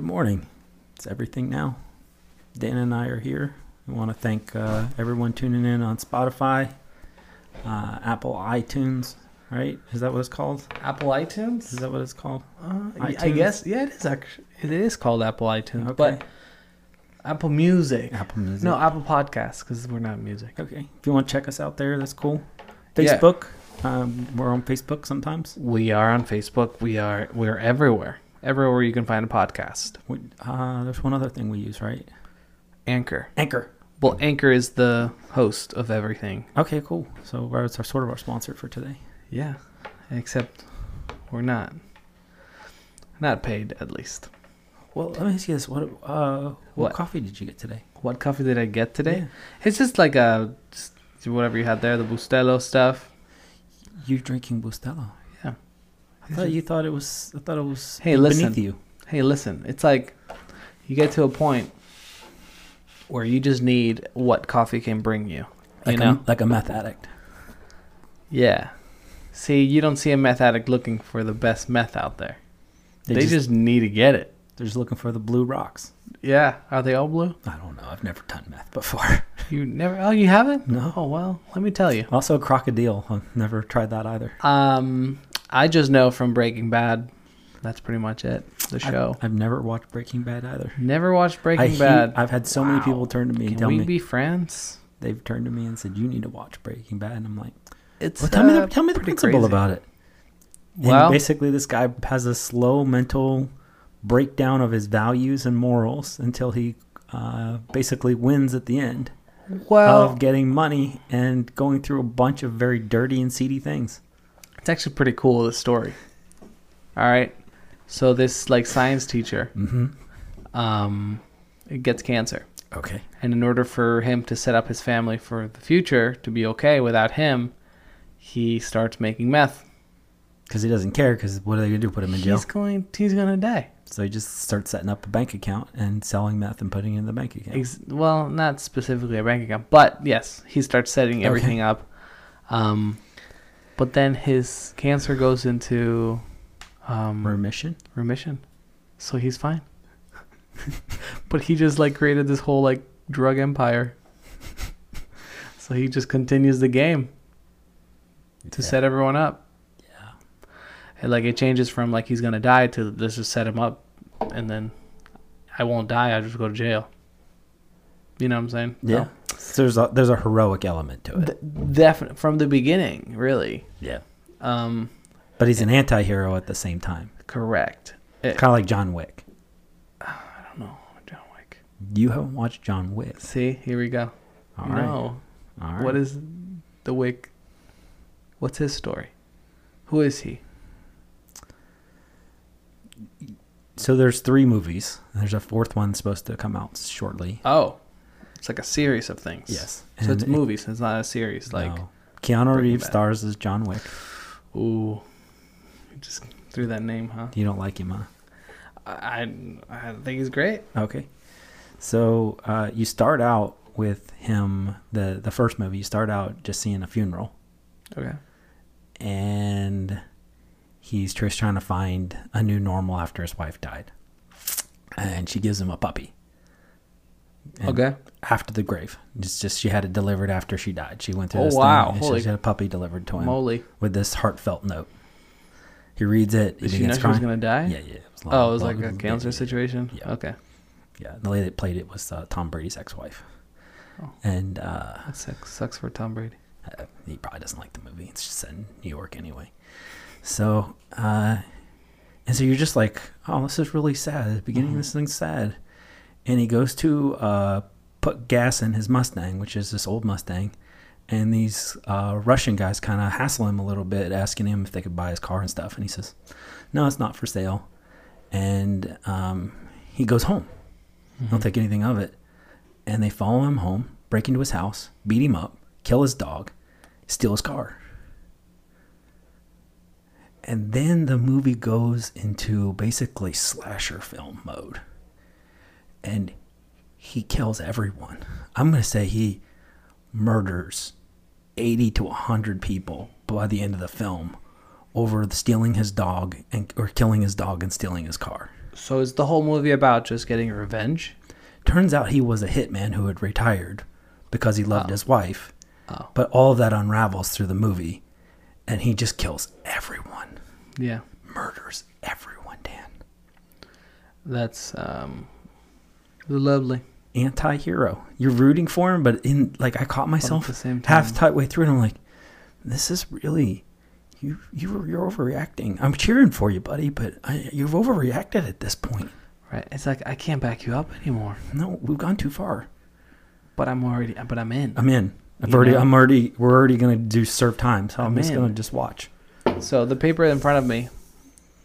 morning. It's everything now. Dan and I are here. We want to thank uh, everyone tuning in on Spotify, uh, Apple iTunes. Right? Is that what it's called? Apple iTunes. Is that what it's called? Uh, I iTunes? guess yeah, it is actually it is called Apple iTunes, Okay. but Apple Music. Apple Music. No, Apple Podcasts because we're not music. Okay. If you want to check us out there, that's cool. Yeah. Facebook. Um, we're on Facebook sometimes. We are on Facebook. We are we're everywhere. Everywhere you can find a podcast. We, uh, there's one other thing we use, right? Anchor. Anchor. Well, Anchor is the host of everything. Okay, cool. So uh, it's our sort of our sponsor for today. Yeah, except we're not. Not paid, at least. Well, let me ask you this: What uh, what, What? coffee did you get today? What coffee did I get today? Yeah. It's just like a just whatever you had there, the Bustelo stuff. You're drinking Bustelo. Yeah. I thought you thought it was. I thought it was. Hey, listen. Beneath you. Hey, listen, it's like you get to a point where you just need what coffee can bring you. Like you know? a, like a meth addict. yeah. See, you don't see a meth addict looking for the best meth out there. They, just, need to get it. they're just looking for the blue rocks. Yeah. Are they all blue? I don't know. I've never done meth before. You never Oh, you haven't? No. Oh, well, let me tell you. Also, crocodile. I've never tried that either. Um, I just know from Breaking Bad. That's pretty much it. The I've- show. I've, never watched Breaking Bad either. Never watched I Breaking hate- Bad. I've had so many Wow. people turn to me and Can tell we me be friends? they've turned to me and said you need to watch Breaking Bad, and I'm like, It's well, tell me uh, the tell me the pretty principle crazy. about it. And Well- basically, this guy has a slow mental breakdown of his values and morals until he uh, basically wins at the end Well, of getting money and going through a bunch of very dirty and seedy things. It's actually pretty cool the story. All right. So this like science teacher, Mm-hmm. um, it gets cancer, Okay. and in order for him to set up his family for the future to be okay without him, he starts making meth. Because he doesn't care. Because what are they gonna do? Put him in jail? He's going. He's gonna die. So he just starts setting up a bank account and selling meth and putting it in the bank account. Ex- well, not specifically a bank account, but yes, he starts setting everything up. Um, but then his cancer goes into um, Remission. remission. So he's fine. but he just like created this whole like drug empire. so he just continues the game to Yeah. set everyone up. Yeah. And, like it changes from like he's gonna die to let's just set him up and then I won't die, I just go to jail. You know what I'm saying? Yeah. So there's a there's a heroic element to So, it. th- definitely from the beginning, really. Yeah. Um But he's an anti-hero at the same time. correct. It- Kind of like John Wick. I don't know, John Wick. You haven't watched John Wick. See, here we go. All right. no. All right. What is the Wick? What's his story? Who is he? so there's three movies. There's a fourth one supposed to come out shortly. Oh, it's like a series of things. Yes. So it's And movies. It's not a series. Like, no. Keanu Breaking Reeves Bad. stars as John Wick. ooh, you just threw that name, huh? You don't like him, huh? I, I I think he's great. Okay. So uh, you start out with him. the The first movie, you start out just seeing a funeral. Okay. and he's just trying to find a new normal after his wife died. And she gives him a puppy. And okay. After the grave. It's just she had it delivered after she died. She went through Oh, this wow. thing and Holy she had a puppy delivered to him Moly. with this heartfelt note. He reads it. He Did she know begins she was crying. gonna die? yeah, yeah. It was long- Oh, it was long- like a cancer yeah, situation. Yeah. Okay. Yeah, the lady that played it was uh, Tom Brady's ex-wife. Oh. And uh, That sucks. Sucks for Tom Brady. uh, he probably doesn't like the movie. It's just set in New York anyway. So, uh, and so you're just like, oh, this is really sad. At the beginning, of this thing's sad. And he goes to uh, put gas in his Mustang, which is this old Mustang. And these uh, Russian guys kind of hassle him a little bit, asking him if they could buy his car and stuff. And he says, no, it's not for sale. And um, he goes home. Don't think anything of it. And they follow him home, break into his house, beat him up, kill his dog, steal his car. And then the movie goes into basically slasher film mode. And he kills everyone. I'm going to say he murders 80 to 100 people by the end of the film over stealing his dog and or killing his dog and stealing his car. So is the whole movie about just getting revenge? Turns out he was a hitman who had retired because he loved Oh. his wife. Oh. But all of that unravels through the movie, and he just kills everyone, Yeah. murders everyone. Dan, That's um lovely. anti-hero. You're rooting for him, but in like I caught But myself at the same time. half halfway through, and I'm like, this is really you. You you're overreacting. I'm cheering for you, buddy, but I, you've overreacted at this point. right. It's like I can't back you up anymore. No, we've gone too far. But I'm already but I'm in. I'm in. I've You already. know? I'm already. We're already gonna do serve time, so I'm, I'm just in. gonna just watch. So the paper in front of me,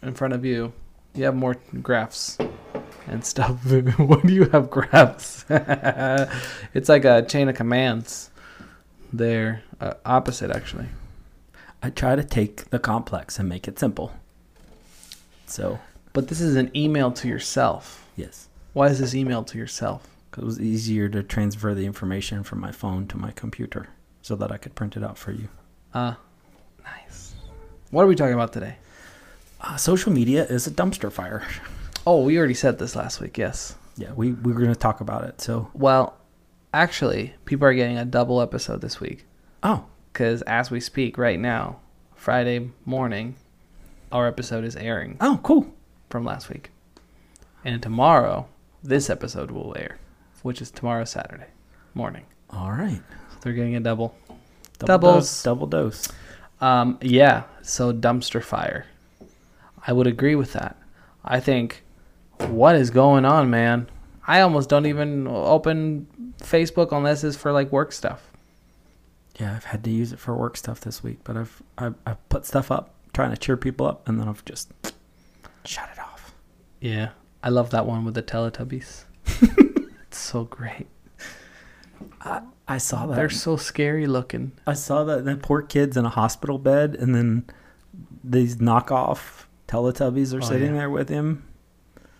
in front of you, you have more graphs and stuff. what do you have graphs? it's like a chain of commands. They're uh, opposite, actually. I try to take the complex and make it simple. So But this is an email to yourself. yes, Why is this email to yourself? 'Cause it was easier to transfer the information from my phone to my computer so that I could print it out for you. Uh, nice. What are we talking about today? Uh, social media is a dumpster fire. Oh, we already said this last week, yes. Yeah, we, we were going to talk about it. So, Well, actually, people are getting a double episode this week. oh, Because as we speak right now, Friday morning, our episode is airing oh, cool. from last week. And tomorrow, this episode will air, which is tomorrow, Saturday morning. All right. So they're getting a double. Dose, Doubles. double dose. Um, yeah, so dumpster fire. I would agree with that. I think, what is going on, man? I almost don't even open Facebook unless it's for like work stuff. Yeah, I've had to use it for work stuff this week, but I've I've, I've put stuff up trying to cheer people up, and then I've just shut it off. Yeah. I love that one with the Teletubbies. it's so great. I saw that. They're so scary looking. I saw that that poor kid's in a hospital bed, and then these knockoff Teletubbies are Oh, sitting yeah. there with him.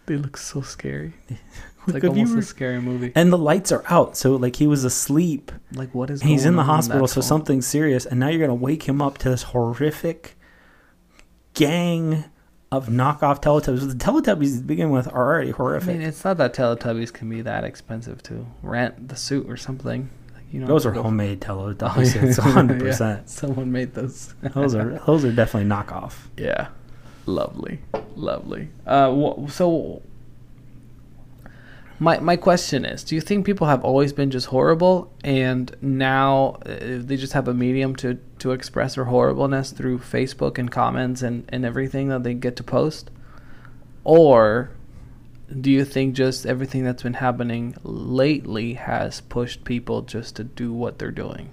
They look so scary. It's Like, like have you almost re- a scary movie. and the lights are out, so like he was asleep. Like what is? And he's going in the on in hospital, that so film? something's serious. And now you're going to wake him up to this horrific gang of knockoff Teletubbies. The Teletubbies to begin with are already I horrific. mean, it's not that Teletubbies can be that expensive to rent the suit or something. Like, you know, those you are go- homemade Teletubbies. Oh, yeah. It's 100. percent Someone made those. Those are those are definitely knockoff. Yeah, lovely, lovely. Uh, wh- so my my question is: Do you think people have always been just horrible, and now uh, they just have a medium to to express their horribleness through Facebook and comments and and everything that they get to post, or do you think just everything that's been happening lately has pushed people just to do what they're doing?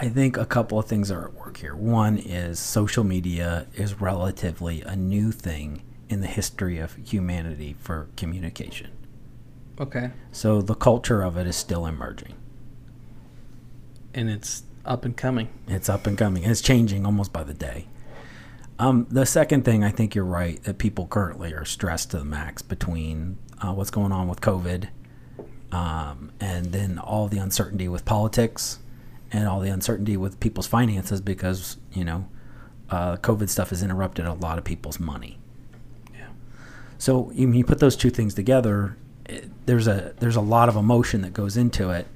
I think a couple of things are at work here. One is social media is relatively a new thing in the history of humanity for communication. Okay, So the culture of it is still emerging. and it's up and coming. It's up and coming. It's changing almost by the day. Um, the second thing, I think you're right that people currently are stressed to the max between uh, what's going on with COVID, um, and then all the uncertainty with politics, and all the uncertainty with people's finances because you know, uh, COVID stuff has interrupted a lot of people's money. Yeah. So when you put those two things together, it, there's a there's a lot of emotion that goes into it,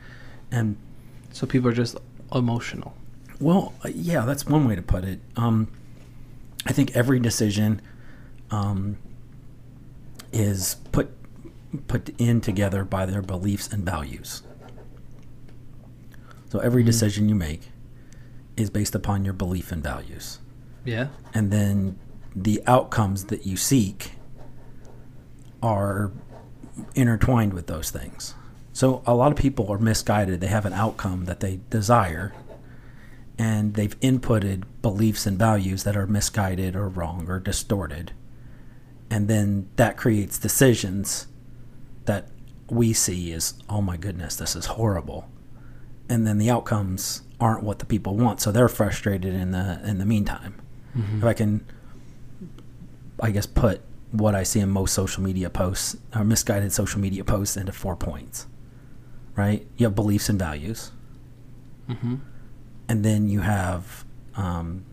and So people are just emotional. Well, uh, yeah, that's one way to put it. Um, I think every decision um, is put put in together by their beliefs and values. So every decision you make is based upon your belief and values, Yeah. and then the outcomes that you seek are intertwined with those things. So a lot of people are misguided. They have an outcome that they desire, and they've inputted beliefs and values that are misguided or wrong or distorted. And then that creates decisions that we see as, oh my goodness, this is horrible. And then the outcomes aren't what the people want, so they're frustrated in the in the meantime. Mm-hmm. If I can, I guess, put what I see in most social media posts or misguided social media posts into four points, right? You have beliefs and values Mm-hmm. and then you have um,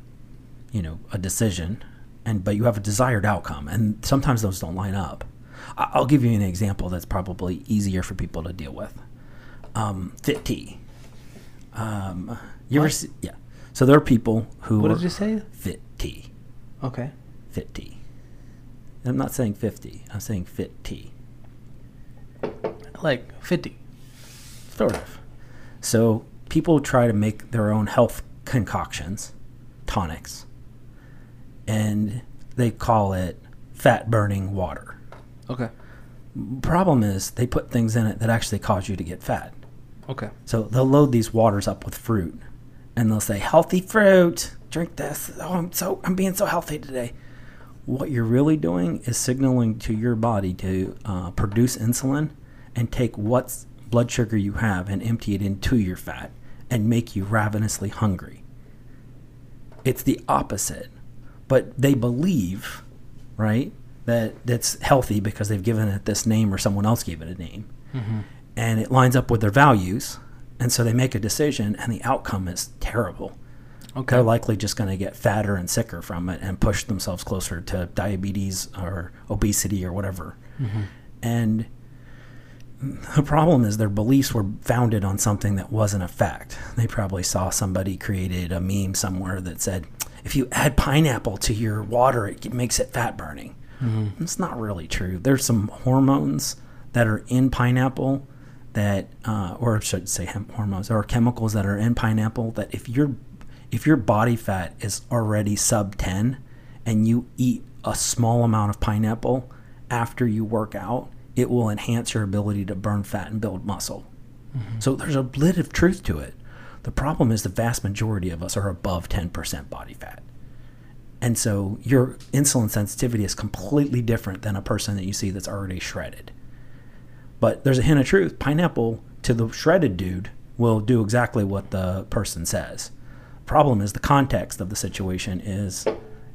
you know a decision and but you have a desired outcome and sometimes those don't line up I- I'll give you an example that's probably easier for people to deal with. Um, Fit T. Um, you ever What? see, yeah. So there are people who What are did you say? Fit T. Mm-hmm. Okay. Fit T. I'm not saying 50. I'm saying Fit T. Like 50. Sort of. So people try to make their own health concoctions, tonics, and they call it fat burning water. Okay. Problem is, they put things in it that actually cause you to get fat. Okay. So they'll load these waters up with fruit, and they'll say, "Healthy fruit, drink this." Oh, I'm so I'm being so healthy today. What you're really doing is signaling to your body to uh, produce insulin and take what blood sugar you have and empty it into your fat and make you ravenously hungry. It's the opposite, but they believe, right, that that's healthy because they've given it this name or someone else gave it a name and it lines up with their values. And so they make a decision, and the outcome is terrible. Okay. They're likely just going to get fatter and sicker from it and push themselves closer to diabetes or obesity or whatever. And the problem is their beliefs were founded on something that wasn't a fact. They probably saw somebody created a meme somewhere that said, if you add pineapple to your water, it g- makes it fat burning. It's not really true. There's some hormones that are in pineapple that, uh, or I should say hem- hormones, or chemicals that are in pineapple that if your if your body fat is already sub 10 and you eat a small amount of pineapple after you work out, it will enhance your ability to burn fat and build muscle. So there's a bit of truth to it. The problem is the vast majority of us are above 10% body fat. And so your insulin sensitivity is completely different than a person that you see that's already shredded. But there's a hint of truth. Pineapple to the shredded dude will do exactly what the person says. Problem is the context of the situation is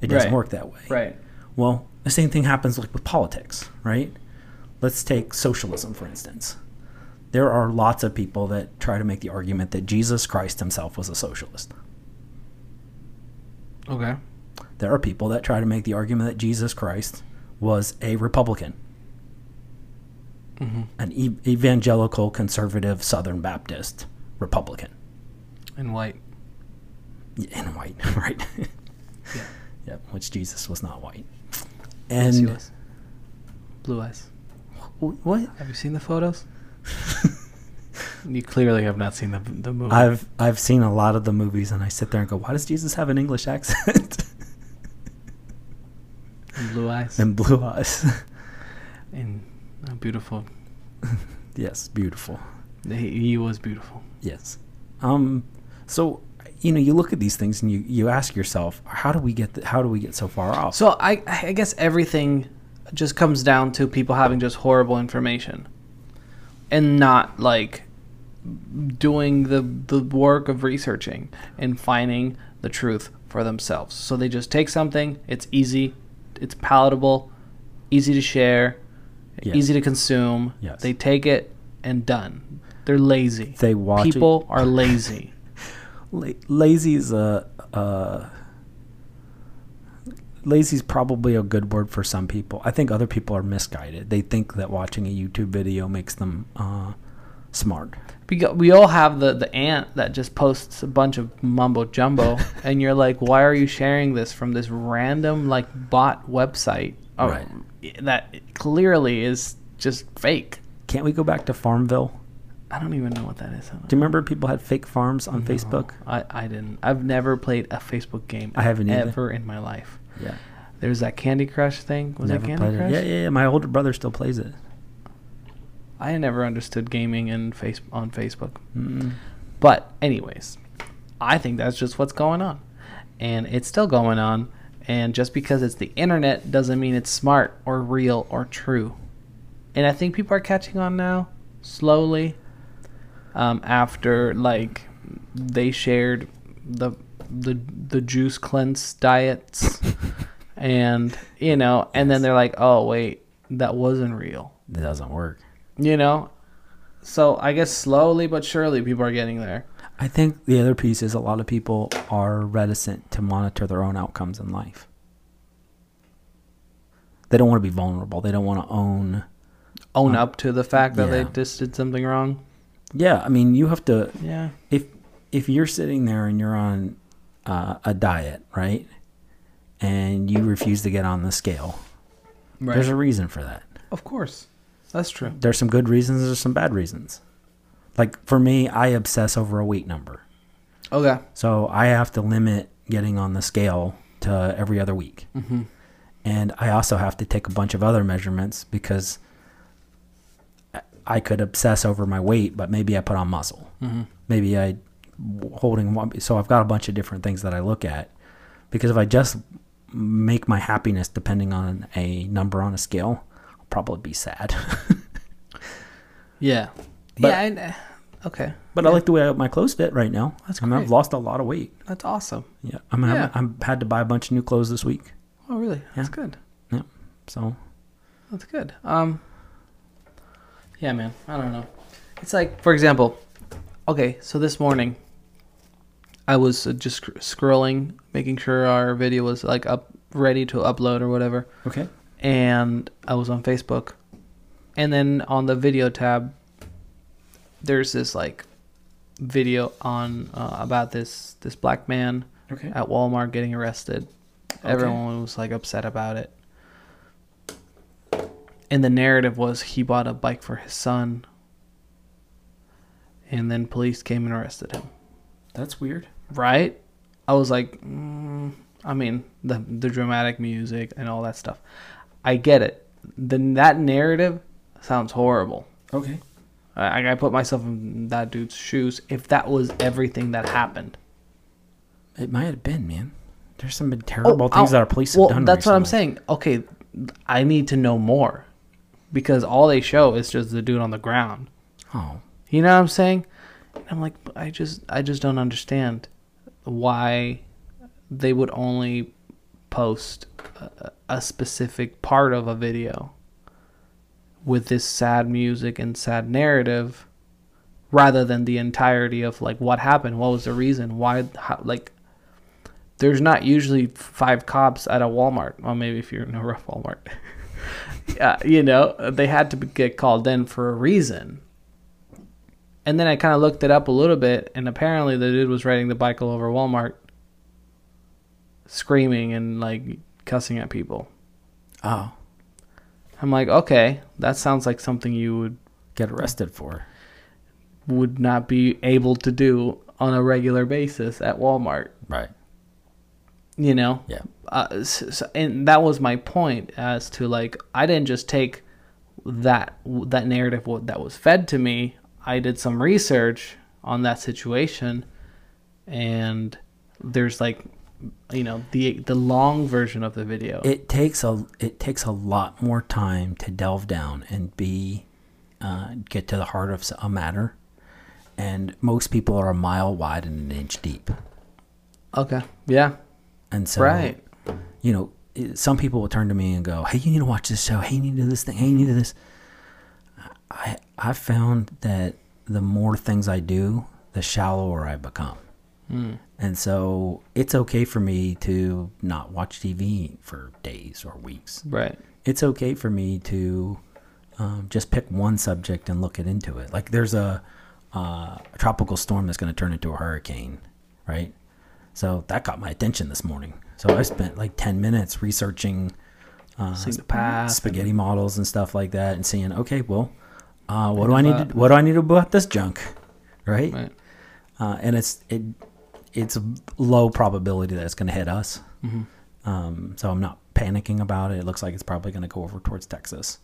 it doesn't Right. work that way. Right. Well, the same thing happens like with politics, right? Let's take socialism for instance. There are lots of people that try to make the argument that Jesus Christ himself was a socialist. Okay. There are people that try to make the argument that Jesus Christ was a Republican, hmm an e- evangelical, conservative, Southern Baptist Republican. And white. Yeah, And white, right? Yeah. yeah, which Jesus was not white. Yes, he And was. Blue eyes. wh- what? Have you seen the photos? You clearly have not seen the the movie. I've I've seen a lot of the movies, and I sit there and go, "Why does Jesus have an English accent And blue eyes. and blue eyes?" and a beautiful. yes, beautiful. He, he was beautiful. Yes. Um, so you know, you look at these things and you, you ask yourself, how do we get th- how do we get so far off? So I I guess everything just comes down to people having just horrible information, and not like doing the the work of researching and finding the truth for themselves. So they just take something. It's easy. It's palatable. Easy to share. Yes. Easy to consume. Yes. They take it and done. They're lazy. They watch it- People are lazy. La- lazy is a, a lazy is probably a good word for some people. I think other people are misguided. They think that watching a YouTube video makes them uh, smart. Because we all have the, the aunt that just posts a bunch of mumbo jumbo, and you're like, why are you sharing this from this random like bot website? Oh, Right. That clearly is just fake. Can't we go back to Farmville? I don't even know what that is. Do you remember people had fake farms on Facebook? I, I didn't. I've never played a Facebook game. I haven't either. ever in my life. Yeah, There's that Candy Crush thing. Was it Candy played Crush? it. Yeah, yeah, yeah. My older brother still plays it. I never understood gaming in face on Facebook. Mm. But anyways, I think that's just what's going on. And it's still going on. And just because it's the internet doesn't mean it's smart or real or true. And I think people are catching on now, slowly. Um, after like they shared the the the juice cleanse diets, and you know, and then they're like, oh wait, that wasn't real It doesn't work. you know so i guess slowly but surely people are getting there I think the other piece is a lot of people are reticent to monitor their own outcomes in life. They don't want to be vulnerable. They don't want to own. Own Uh, up to the fact that yeah. they just did something wrong. Yeah, I mean, you have to Yeah. if if you're sitting there and you're on uh, a diet, right, and you refuse to get on the scale, Right. there's a reason for that. of course. That's true. There's some good reasons. There's some bad reasons. Like for me, I obsess over a weight number, Okay. so I have to limit getting on the scale to every other week, Mm-hmm. and I also have to take a bunch of other measurements because I- I could obsess over my weight, but maybe I put on muscle. Mm-hmm. maybe I holding one. So I've got a bunch of different things that I look at because if I just make my happiness depending on a number on a scale, I'll probably be sad. Yeah. But- yeah. And, uh, okay. but I like the way my clothes fit right now. That's I mean, I've great. lost a lot of weight. That's awesome. Yeah, I mean, Yeah. I'm, I'm had to buy a bunch of new clothes this week. Oh, really? That's Yeah. good. So That's good. Um. Yeah, man. I don't know. It's like, for example, okay. So this morning, I was uh, just sc- scrolling, making sure our video was like up, ready to upload or whatever, okay, and I was on Facebook, and then on the video tab, there's this like video on uh, about this this black man okay, at Walmart getting arrested. Everyone was like upset about it. And the narrative was he bought a bike for his son. And then police came and arrested him. that's weird. Right? I was like, mm, I mean, the the dramatic music and all that stuff. I get it. Then that narrative sounds horrible. Okay, I, I put myself in that dude's shoes. If that was everything that happened, it might have been man. There's some terrible Oh, things oh, that our police have well, done. That's what I'm recently. saying. Okay, I need to know more because all they show is just the dude on the ground. Oh, You know what I'm saying? And I'm like, I just, I just don't understand why they would only post a, a specific part of a video with this sad music and sad narrative rather than the entirety of like what happened what was the reason why how, like there's not usually five cops at a walmart well maybe if you're in a rough walmart uh, you know they had to be- get called in for a reason and then i kind of looked it up a little bit and apparently the dude was riding the bike all over walmart screaming and like cussing at people oh, i'm like okay that sounds like something you would get arrested for. would not be able to do on a regular basis at Walmart. Right. You know, Yeah. uh, s s- and that was my point as to like I didn't just take that that narrative what that was fed to me. I did some research on that situation, and there's like you know the the long version of the video. it takes a it takes a lot more time to delve down and be uh, get to the heart of s- a matter and most people are a mile wide and an inch deep okay, yeah, and so right. you know i- some people will turn to me and go hey you need to watch this show hey you need to do this thing hey you need to do this i i found that the more things i do the shallower i become Mm. and so it's okay for me to not watch tv for days or weeks Right. it's okay for me to um, just pick one subject and look it into it. Like there's a, uh, a tropical storm that's going to turn into a hurricane, right? So that got my attention this morning. So I spent like 10 minutes researching uh, Seeing the path spaghetti models and stuff like that, and seeing okay, well, uh, what do I need? To, what do I need to do about this junk, right? Right. Uh, and it's it it's a low probability that it's going to hit us. Mm-hmm. Um, so I'm not panicking about it. It looks like it's probably going to go over towards Texas.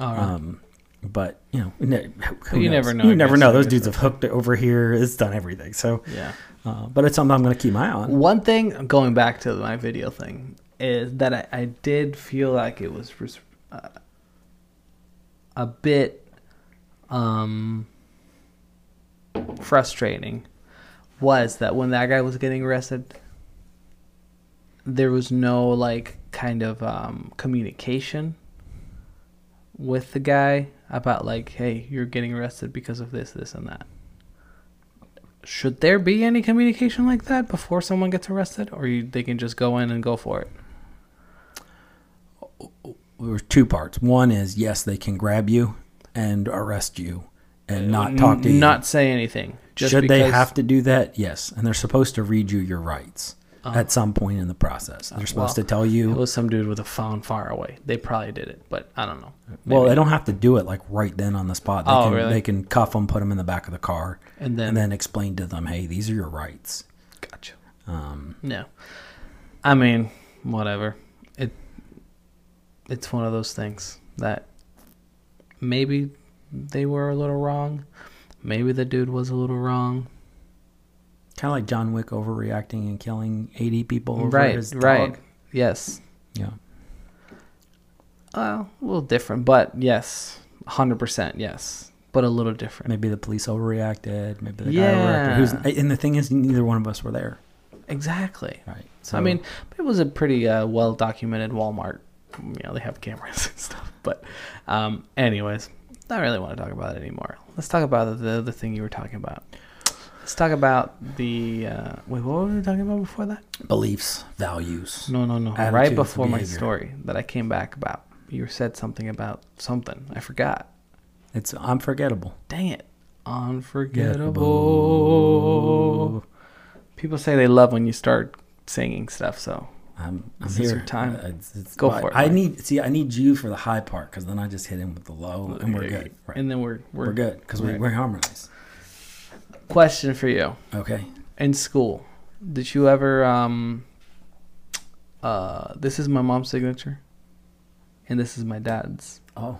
All right. Um, but you know, ne- who You knows? never know, I You never guess, know. I Those guess. dudes have hooked it over here. It's done everything. So, yeah. uh, but it's something I'm going to keep my eye on. One thing, going back to my video thing, is that I, I did feel like it was res- uh, a bit um, frustrating. Was that when that guy was getting arrested, there was no like kind of um, communication with the guy about like, hey, you're getting arrested because of this, this, and that should there be any communication like that before someone gets arrested or you, they can just go in and go for it there were two parts. One is yes, they can grab you and arrest you and not talk to you. Uh, Not say anything. Just Should they because- have to do that? Yes, and they're supposed to read you your rights at some point in the process. They're supposed Uh. to well, tell It you. was some dude with a phone far away. They probably did it, but I don't know. well, they don't have to do it like right then on the spot. They Oh, can, really? They can cuff them, put them in the back of the car, And then- and then explain to them, "Hey, these are your rights." Gotcha. Um, no, I mean, whatever. It it's one of those things that maybe they were a little wrong. Maybe the dude was a little wrong. Kind of like John Wick overreacting and killing eighty people over right, his right. dog. Yes. Yeah. Well, a little different, but yes, hundred percent, yes, but a little different. Maybe the police overreacted. Maybe the Yeah. guy overreacted. Who's, and the thing is, neither one of us were there. Exactly. Right. I mean, it was a pretty uh, well documented Walmart. You know, they have cameras and stuff. But, um, anyways, I really want to talk about it anymore. Let's talk about the other thing you were talking about. Let's talk about the. Uh, wait, what were we talking about before that? beliefs, values. No, no, no. right Attitudes, before my behavior. story that I came back about, you said something about something. I forgot. It's unforgettable. Dang it. Unforgettable. People say they love when you start singing stuff, so I'm, I'm This here. is your time. Uh, it's- it's- Go I- for it, I Mike. need see. I need you for the high part because then I just hit him with the low and we're good. Right. And then we're we're, we're good because we, right. we're harmonized. Question for you. Okay. in school did you ever um uh this is my mom's signature and this is my dad's Oh,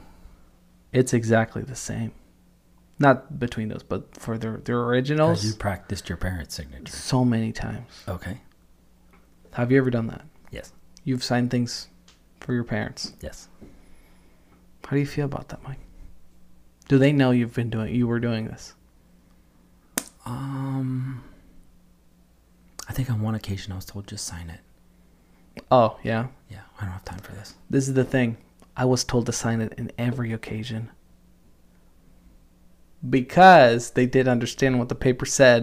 it's exactly the same not between those but for their their 'cause you originals practiced your parents' signature. so many times Okay. have you ever done that Yes. you've signed things for your parents Yes. how do you feel about that mike do they know you've been doing you were doing this Um, I think on one occasion I was told just sign it. oh yeah Yeah, I don't have time for this. this is the thing i was told to sign it in every occasion because they did understand what the paper said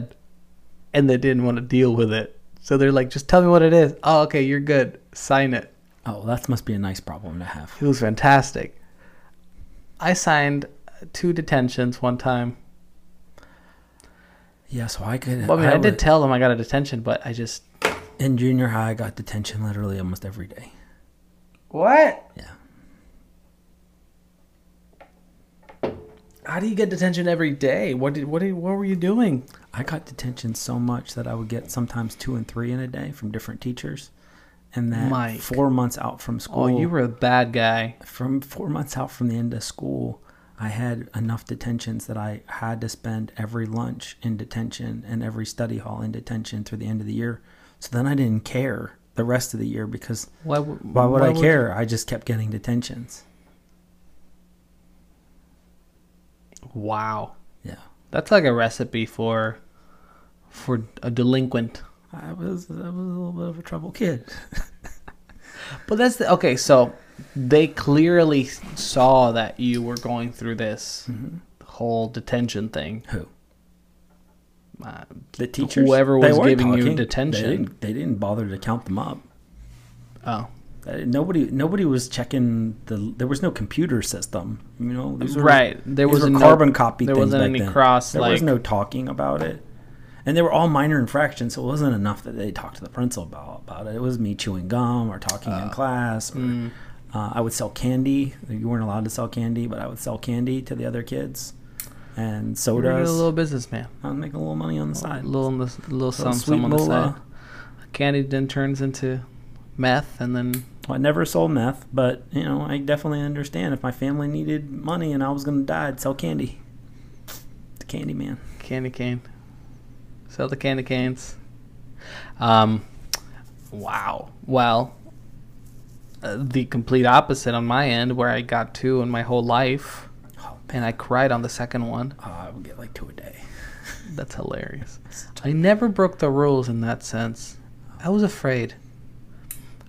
and they didn't want to deal with it so they're like just tell me what it is oh okay you're good sign it Oh, that must be a nice problem to have. it was fantastic i signed two detentions one time Yeah, so I could. well, i mean i, did would- tell them i got a detention but i just in junior high, I got detention literally almost every day. what Yeah. how do you get detention every day what did what did, what were you doing I got detention so much that I would get sometimes two and three in a day from different teachers, and that Mike. four months out from school, oh you were a bad guy from four months out from the end of school, I had enough detentions that I had to spend every lunch in detention and every study hall in detention through the end of the year. So then I didn't care the rest of the year because Why, would why would I you- care? I just kept getting detentions. Wow, Yeah, that's like a recipe for for a delinquent. I was I was a little bit of a trouble kid. But that's the, okay. So they clearly saw that you were going through this whole detention thing. Who? Uh, The teachers, Whoever They was weren't giving you talking. detention. they didn't, they didn't bother to count them up. oh, Uh, nobody nobody was checking the there was no computer system you know these were- Right. There these was were no- carbon copy there things wasn't back any then. cross, there like- was no talking about it and they were all minor infractions so it wasn't enough that they talked to the principal about, about it it was me chewing gum or talking Ah. in class or Mm. uh, i would sell candy you weren't allowed to sell candy but i would sell candy to the other kids and you're a sodas little businessman. i'm making a little money on the A side little, on the- little some, sweet some on the little, side. uh, Candy then turns into meth, and then Well, I never sold meth, but you know, I definitely understand if my family needed money and I was gonna die, I'd sell candy. The candy man. candy cane. Sell the candy canes. Um, wow. Well, uh, the complete opposite on my end, where I got two in my whole life, Oh, and I cried on the second one. I would get like two a day. That's hilarious. I never broke the rules in that sense. I was afraid.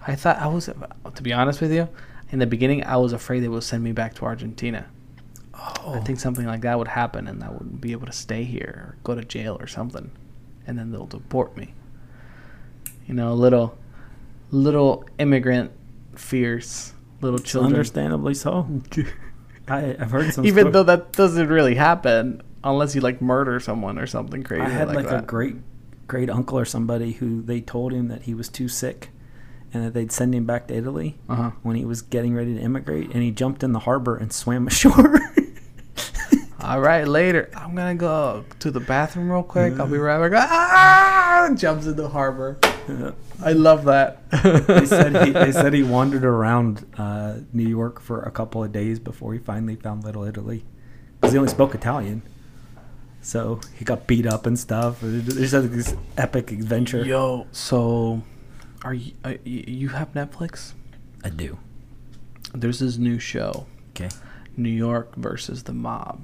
I thought I was, to be honest with you, in the beginning, I was afraid they would send me back to Argentina. Oh, I think something like that would happen, and I wouldn't be able to stay here or go to jail or something, and then they'll deport me. You know, little, little immigrant fears little It's children. Understandably so. I, I've heard some. Even story- though that doesn't really happen unless you like murder someone or something crazy I had like, like, a that. great great uncle or somebody who they told him that he was too sick and that they'd send him back to Italy uh-huh. when he was getting ready to immigrate and he jumped in the harbor and swam ashore. All right, later. I'm gonna go to the bathroom real quick. I'll be right back. Ah! Jumps in the harbor. I love that. they said he they said he wandered around uh, New York for a couple of days before he finally found Little Italy because he only spoke Italian. So he got beat up and stuff. It just had this epic adventure. Yo, so are you? Uh, you you have Netflix? I do. There's this new show, Okay. New York versus the Mob.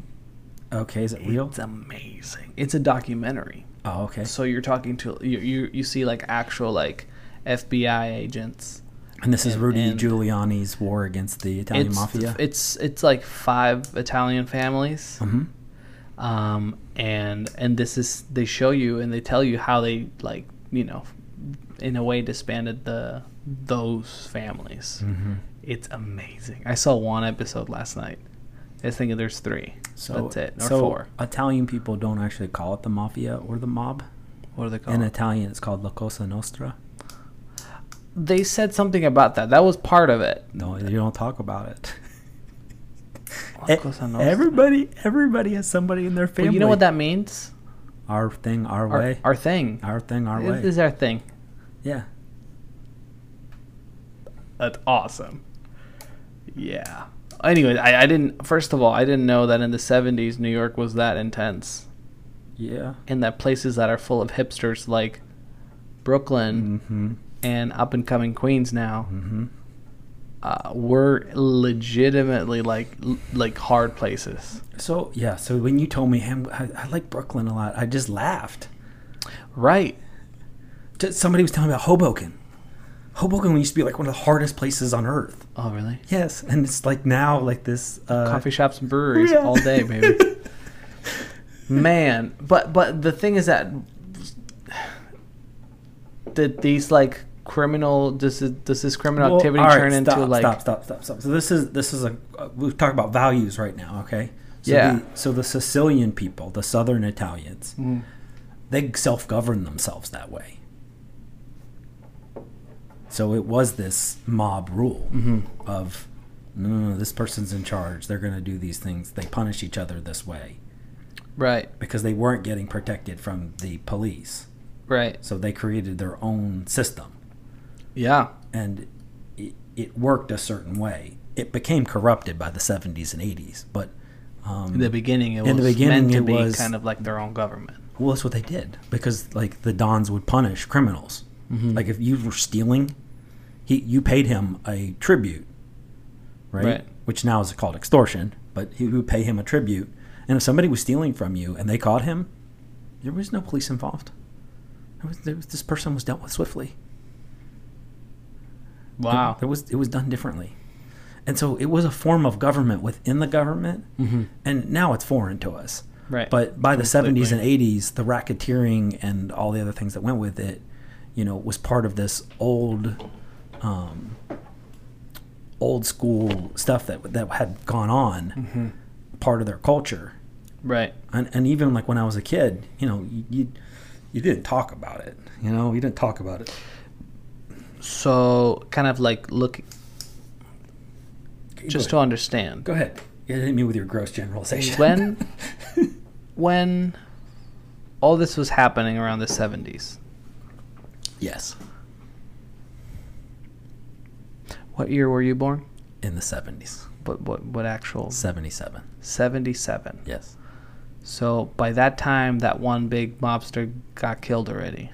Okay. Is it real? It's amazing. It's a documentary. Oh, okay. So you're talking to you. You, you see like actual like FBI agents. And this is And- Rudy and- Giuliani's war against the Italian it's mafia. it's it's like five Italian families. hmm um, and and this is they show you and they tell you how they like you know in a way disbanded the those families Mm-hmm. it's amazing i saw one episode last night i was thinking there's three so that's it or so four Italian people don't actually call it the mafia or the mob. what are they In called Italian, it's called La Cosa Nostra. they said something about that that was part of it No, you don't talk about it. La Cosa Nostra. E-, Eh, Everybody, everybody has somebody in their Well, family. you know what that means Our thing, our, our, way. our thing Our thing, our This way. is our thing yeah. That's awesome. Yeah. Anyway, I, I didn't. First of all, I didn't know that in the '70s New York was that intense, Yeah. and that places that are full of hipsters like Brooklyn Mm-hmm. and up and coming Queens now Mm-hmm. uh, were legitimately like l- like hard places. So yeah, so when you told me him, I, I like Brooklyn a lot. I just laughed. Right. Just, somebody was telling me about Hoboken. Hoboken used to be like one of the hardest places on earth. Oh, really? Yes, and it's like now like this uh, Coffee shops and breweries Yeah. all day, baby. man but but the thing is that did these like criminal does it, does this criminal Well, activity all right, turn into stop, like stop, stop, stop, stop. So this is this is a uh, we talk about values right now, okay? So Yeah. The, so the Sicilian people, the Southern Italians, they self-govern themselves that way. So it was this mob rule Mm-hmm. of no, no, no, this person's in charge. They're going to do these things. They punish each other this way right because they weren't getting protected from the police. right So they created their own system yeah and it, it worked a certain way. It became corrupted by the 70s and 80s, but um, in the beginning it was In the beginning, meant to it be was- kind of like their own government well, that's what they did because like the dons would punish criminals. Mm-hmm. Like if you were stealing, he you paid him a tribute, right? Right. Which now is called extortion, but he would pay him a tribute. And if somebody was stealing from you and they caught him, there was no police involved. There was, there was, this person was dealt with swiftly. wow It, was it was done differently, and so it was a form of government within the government, and now it's foreign to us. Right. mm-hmm. But by the seventies and eighties, the racketeering and all the other things that went with it, you know, was part of this old, um, old school stuff that that had gone on, Mm-hmm. part of their culture right and, and even like when I was a kid, you know, you, you you didn't talk about it. You know, you didn't talk about it. so kind of like look just go to understand ahead. Go ahead. You hit me with your gross generalization. when when all this was happening around the 70s yes, what year were you born in the seventies, what what what actual seventy-seven. 77 Yes, So by that time, that one big mobster got killed already.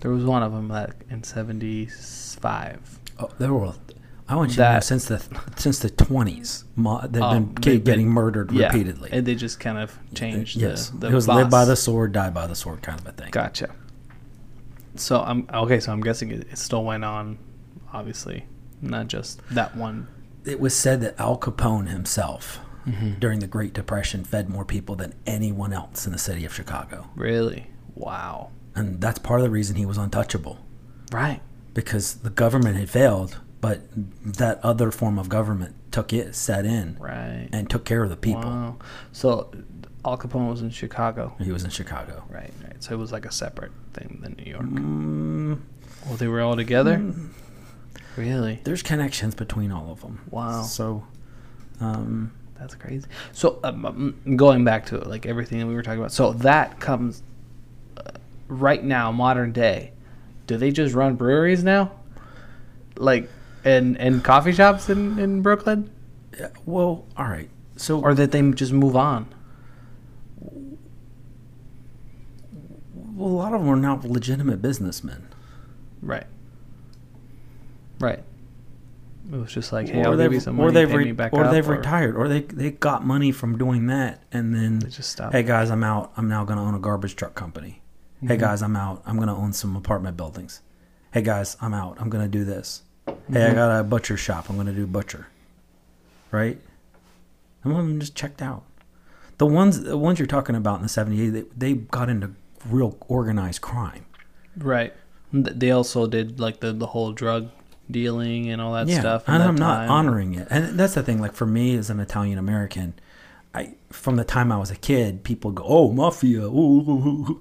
There was one of them that in '75. oh, there were. I want you to know That- since the since the twenties, they've been Um, ki- they've been- getting murdered repeatedly. and they just kind of changed. yes, the, the it was live by boss. the sword, die by the sword kind of a thing. Gotcha. So I'm okay. So I'm guessing it, it still went on, obviously, not just that one. it was said that Al Capone himself, during the Great Depression, fed more people than anyone else in the city of Chicago. Really? Wow. And that's part of the reason he was untouchable Right. because the government had failed but that other form of government took it, set in, Right. and took care of the people. Wow. So Al Capone was in Chicago. He was in Chicago. Right, right. So it was like a separate thing than New York. Mm, Well, they were all together? Really? there's connections between all of them. Wow. So, um, That's crazy. So um, um, going back to like everything that we were talking about. So that comes uh, right now, modern day. Do they just run breweries now? Like and and coffee shops in in Brooklyn yeah, well, all right. So, or that they just move on? well, a lot of them are now legitimate businessmen. Right. Right. It was just like, hey, or I'll they've, give you some or money, they've, pay re- me back or up, they've retired, or they they got money from doing that, and then They just stopped. Hey guys, I'm out. I'm now gonna own a garbage truck company. Hey guys, I'm out. I'm gonna own some apartment buildings. Hey guys, I'm out. I'm gonna do this. Hey, I got a butcher shop. I'm gonna do butcher. Right? Some of them just checked out. The ones the ones you're talking about in the '70s, they, they got into real organized crime. Right. Th- They also did like the the whole drug dealing and all that stuff. in And that I'm not time. honoring it. And that's the thing. Like for me as an Italian American, I from the time I was a kid, people go, "Oh, mafia!" Ooh, ooh, ooh, ooh."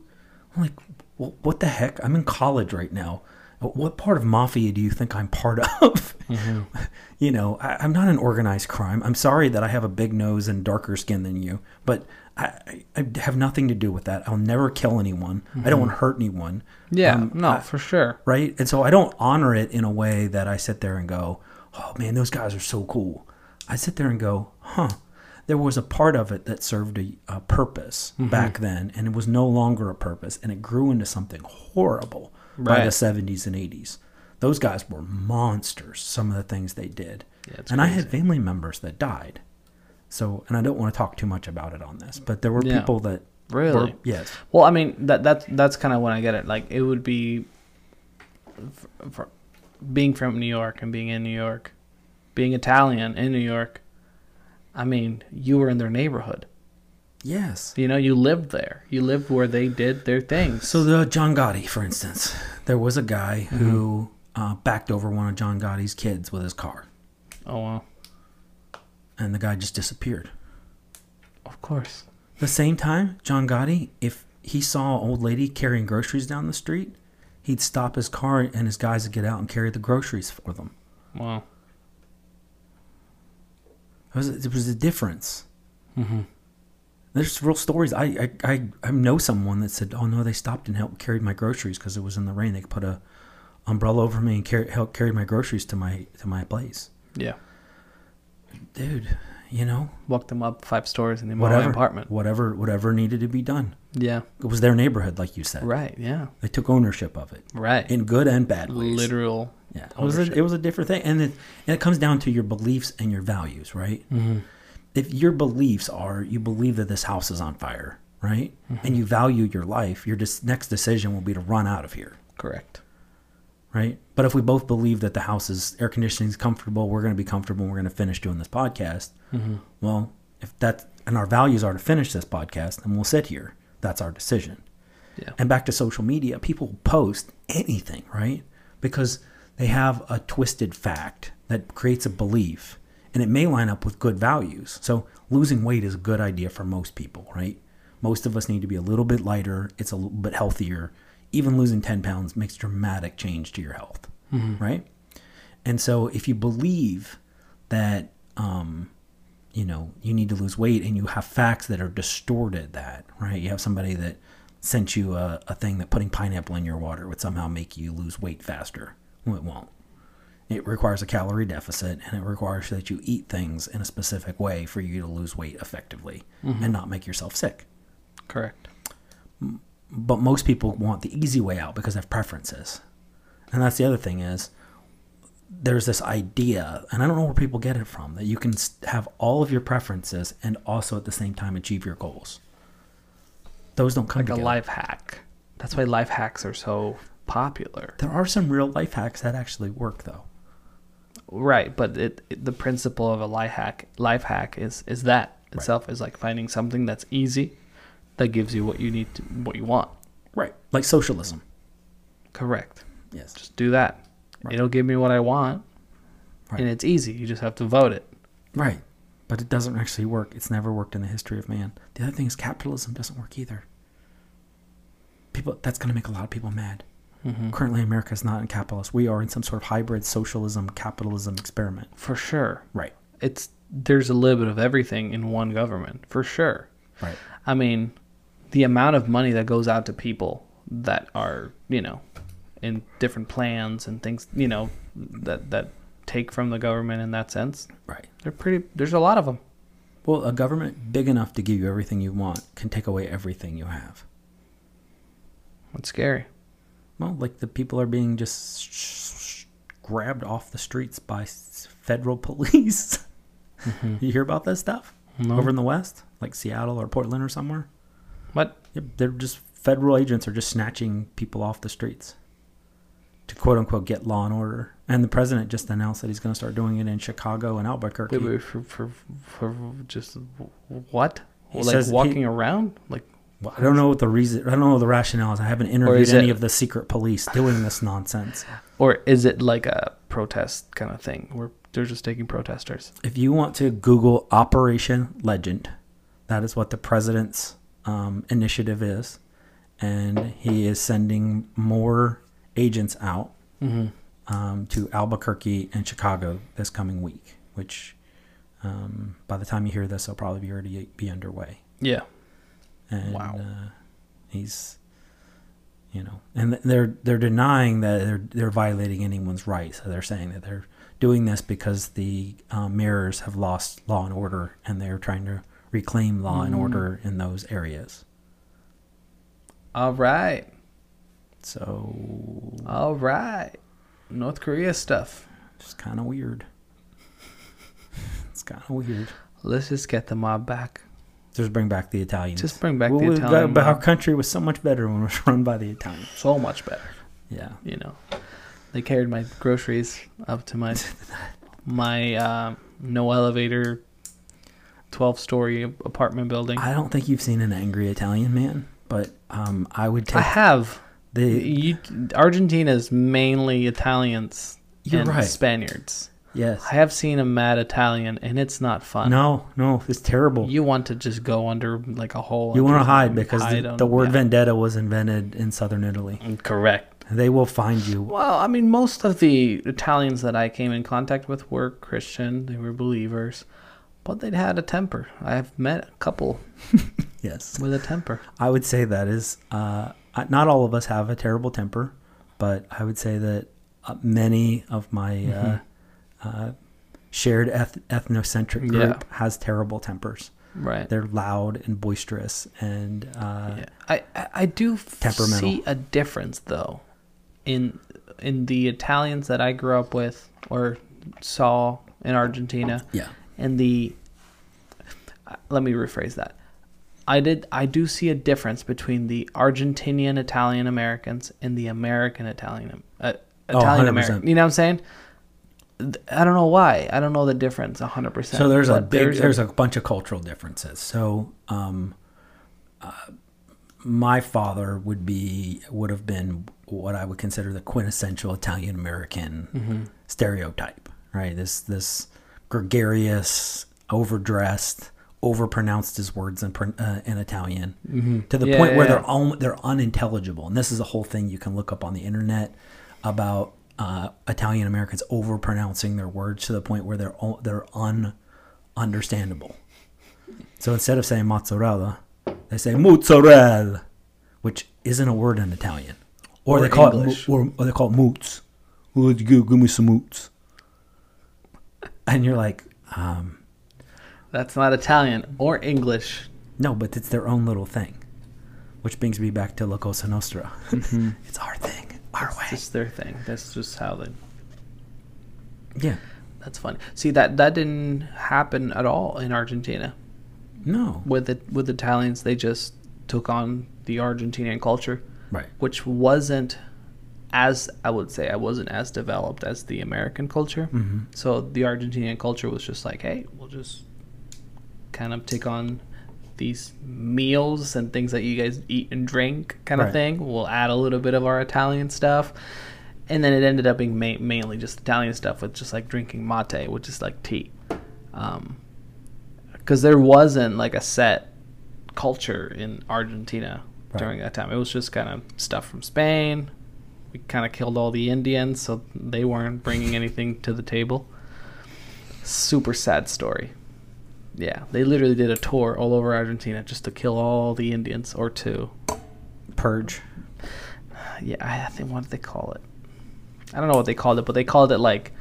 I'm like, well, "What the heck?" I'm in college right now. Wh- What part of mafia do you think I'm part of? Mm-hmm. you know, I, I'm not an organized crime. I'm sorry that I have a big nose and darker skin than you, but I, I I have nothing to do with that. I'll never kill anyone. I don't want to hurt anyone Mm-hmm. Yeah, Um, no, I- for sure. right? And so I don't honor it in a way that I sit there and go, "Oh man, those guys are so cool." I sit there and go, "Huh." There was a part of it that served a, a purpose Mm-hmm. back then, and it was no longer a purpose, and it grew into something horrible by Right. the '70s and '80s. Those guys were monsters. Some of the things they did, Yeah, it's and I had family members that died. So, and I don't want to talk too much about it on this, but there were Yeah. people that Really? were, yes, Well, I mean that that's that's kind of when I get it. Like it would be for, for being from New York and being in New York, being Italian in New York. I mean, you were in their neighborhood. yes. You know, you lived there. You lived where they did their things. So the John Gotti, for instance, there was a guy who uh, backed over one of John Gotti's kids with his car, oh well, and the guy just disappeared. of course. The same time, John Gotti, if he saw an old lady carrying groceries down the street, he'd stop his car and his guys would get out and carry the groceries for them. Wow. It was, it was a difference. There's real stories. I, I I I know someone that said, "Oh no, they stopped and helped carry my groceries because it was in the rain. They put a umbrella over me and carry, helped carry my groceries to my to my place." Yeah. dude you know Walked them up five stories in the whatever apartment. whatever whatever needed to be done Yeah. it was their neighborhood like you said Right. Yeah. they took ownership of it Right. in good and bad ways Literal. yeah it was, a, ownership. it was a different thing and it, and it comes down to your beliefs and your values right mm-hmm. if your beliefs are you believe that this house is on fire right and you value your life your dis- next decision will be to run out of here Correct. right? But if we both believe that the house is air conditioning is comfortable, we're going to be comfortable. and We're going to finish doing this podcast. Well, if that's and our values are to finish this podcast, and we'll sit here. That's our decision. Yeah. And back to social media, people post anything, right? Because they have a twisted fact that creates a belief, and it may line up with good values. So losing weight is a good idea for most people, right? Most of us need to be a little bit lighter. It's a little bit healthier. Even losing 10 pounds makes dramatic change to your health, right? And so if you believe that, um, you know, you need to lose weight and you have facts that are distorted that, right? You have somebody that sent you a, a thing that putting pineapple in your water would somehow make you lose weight faster. Well, it won't. It requires a calorie deficit and it requires that you eat things in a specific way for you to lose weight effectively and not make yourself sick. Correct. But most people want the easy way out because they have preferences. And that's the other thing is there's this idea, and I don't know where people get it from, that you can s- have all of your preferences and also at the same time achieve your goals. Those don't come Like a together. life hack. That's why life hacks are so popular. There are some real life hacks that actually work, though. Right, but it, it- the principle of a life hack life hack is is that itself is like finding something that's easy that gives you what you need to, what you want. Right. Like socialism. Correct. Yes. Just do that. Right. It'll give me what I want Right. and it's easy. You just have to vote it. Right. But it doesn't actually work. It's never worked in the history of man. The other thing is capitalism doesn't work either. People that's going to make a lot of people mad. Mhm. Currently America is not in capitalist. We are in some sort of hybrid socialism capitalism experiment. For sure. Right. It's there's a little bit of everything in one government. For sure. Right. I mean, the amount of money that goes out to people that are, you know, in different plans and things, you know, that that take from the government in that sense, Right. they're pretty. There's a lot of them. Well, a government big enough to give you everything you want can take away everything you have. It's scary. Well, like the people are being just sh- sh- grabbed off the streets by s- federal police. Mm-hmm. you hear about this stuff No. over in the West, like Seattle or Portland or somewhere? What? Yep, they're just federal agents are just snatching people off the streets to quote unquote get law and order. And the president just announced that he's going to start doing it in Chicago and Albuquerque. Wait, wait, for, for, for just what? He like says he- walking around? Like, Well, I don't know what the reason. I don't know what the rationale is. I haven't interviewed is any it- of the secret police doing this nonsense. or is it like a protest kind of thing where they're just taking protesters? If you want to Google Operation Legend, that is what the president's um, initiative is, and he is sending more agents out Mm-hmm. um, to Albuquerque and Chicago this coming week. Which, um, by the time you hear this, will probably be already be underway. Yeah. and Wow. uh, he's you know and th- they're they're denying that they're they're violating anyone's rights they're saying that they're doing this because the uh, mirrors have lost law and order and they're trying to reclaim law and Mm. order in those areas All right. so All right. North Korea stuff. it's kind of weird it's kind of weird Let's just get the mob back. just bring back the italians Just bring back Well, the we've got- Italian. but our mob. country was so much better when it was run by the italians so much better. yeah You know, they carried my groceries up to my my um, no elevator, twelve story apartment building. I, i don't think you've seen an angry italian man but um, i would take have. the You, Argentina is mainly Italians You're and right. Spaniards. Yes. I have seen a mad Italian, and it's not fun. No, no, it's terrible. You, You want to just go under like a hole. want to under- hide because hide the, on- the word yeah. Mm, vendetta was invented in southern Italy. Correct. They will find you. Well, I mean, most of the Italians that I came in contact with were Christian. They were believers, but they'd had a temper. I've met a couple Yes. with a temper. I would say that is, uh, I- not all of us have a terrible temper, but I would say that uh, many of my uh, uh, shared eth- ethnocentric Yeah. group has terrible tempers. Right. They're loud and boisterous and uh, yeah. I, I I do f- Temperamental. see a difference though, in in the Italians that I grew up with or saw in Argentina. yeah. and the uh, let me rephrase that i did i do see a difference between the argentinian italian americans and the american italian uh, Oh, italian american 100%. you know what i'm saying Th- i don't know why i don't know the difference 100% So there's a but big, there's, a bunch of cultural differences. So, um, uh, my father would be would have been what I would consider the quintessential Italian American Mm-hmm. stereotype, right? This this gregarious, overdressed, overpronounced his words in pron- uh, in Italian to the Mm-hmm. Yeah, point yeah, where yeah. they're al- they're unintelligible. And this is a whole thing you can look up on the internet about uh, Italian Americans overpronouncing their words to the point where they're o- they're un understandable. So instead of saying mozzarella, they say mozzarella, which isn't a word in Italian, or, Or they call English. it mo- or, or they call it moots. Oh, give, give me some moots. And you're like, um, that's not italian or english no, but it's their own little thing, which brings me back to La Cosa Nostra. it's our thing, our way. Mm-hmm. it's just their thing that's just how they yeah. that's funny see that that didn't happen at all in argentina No. with the with italians they just took on the argentinian culture Right. which wasn't as I would say I wasn't as developed as the American culture. Mhm. So the Argentinian culture was just like, hey, we'll just kind of take on these meals and things that you guys eat and drink kind Right. of thing. We'll add a little bit of our Italian stuff. and then it ended up being ma- mainly just Italian stuff with just like drinking mate, which is like tea, because there wasn't like a set culture in Argentina Right. during that time. It was just kind of stuff from Spain. We kind of killed all the Indians, so they weren't bringing anything to the table. Super sad story. Yeah, they literally did a tour all over Argentina just to kill all the Indians or two. Purge. Yeah, I I think what did they call it? I don't know what they called it, but they called it like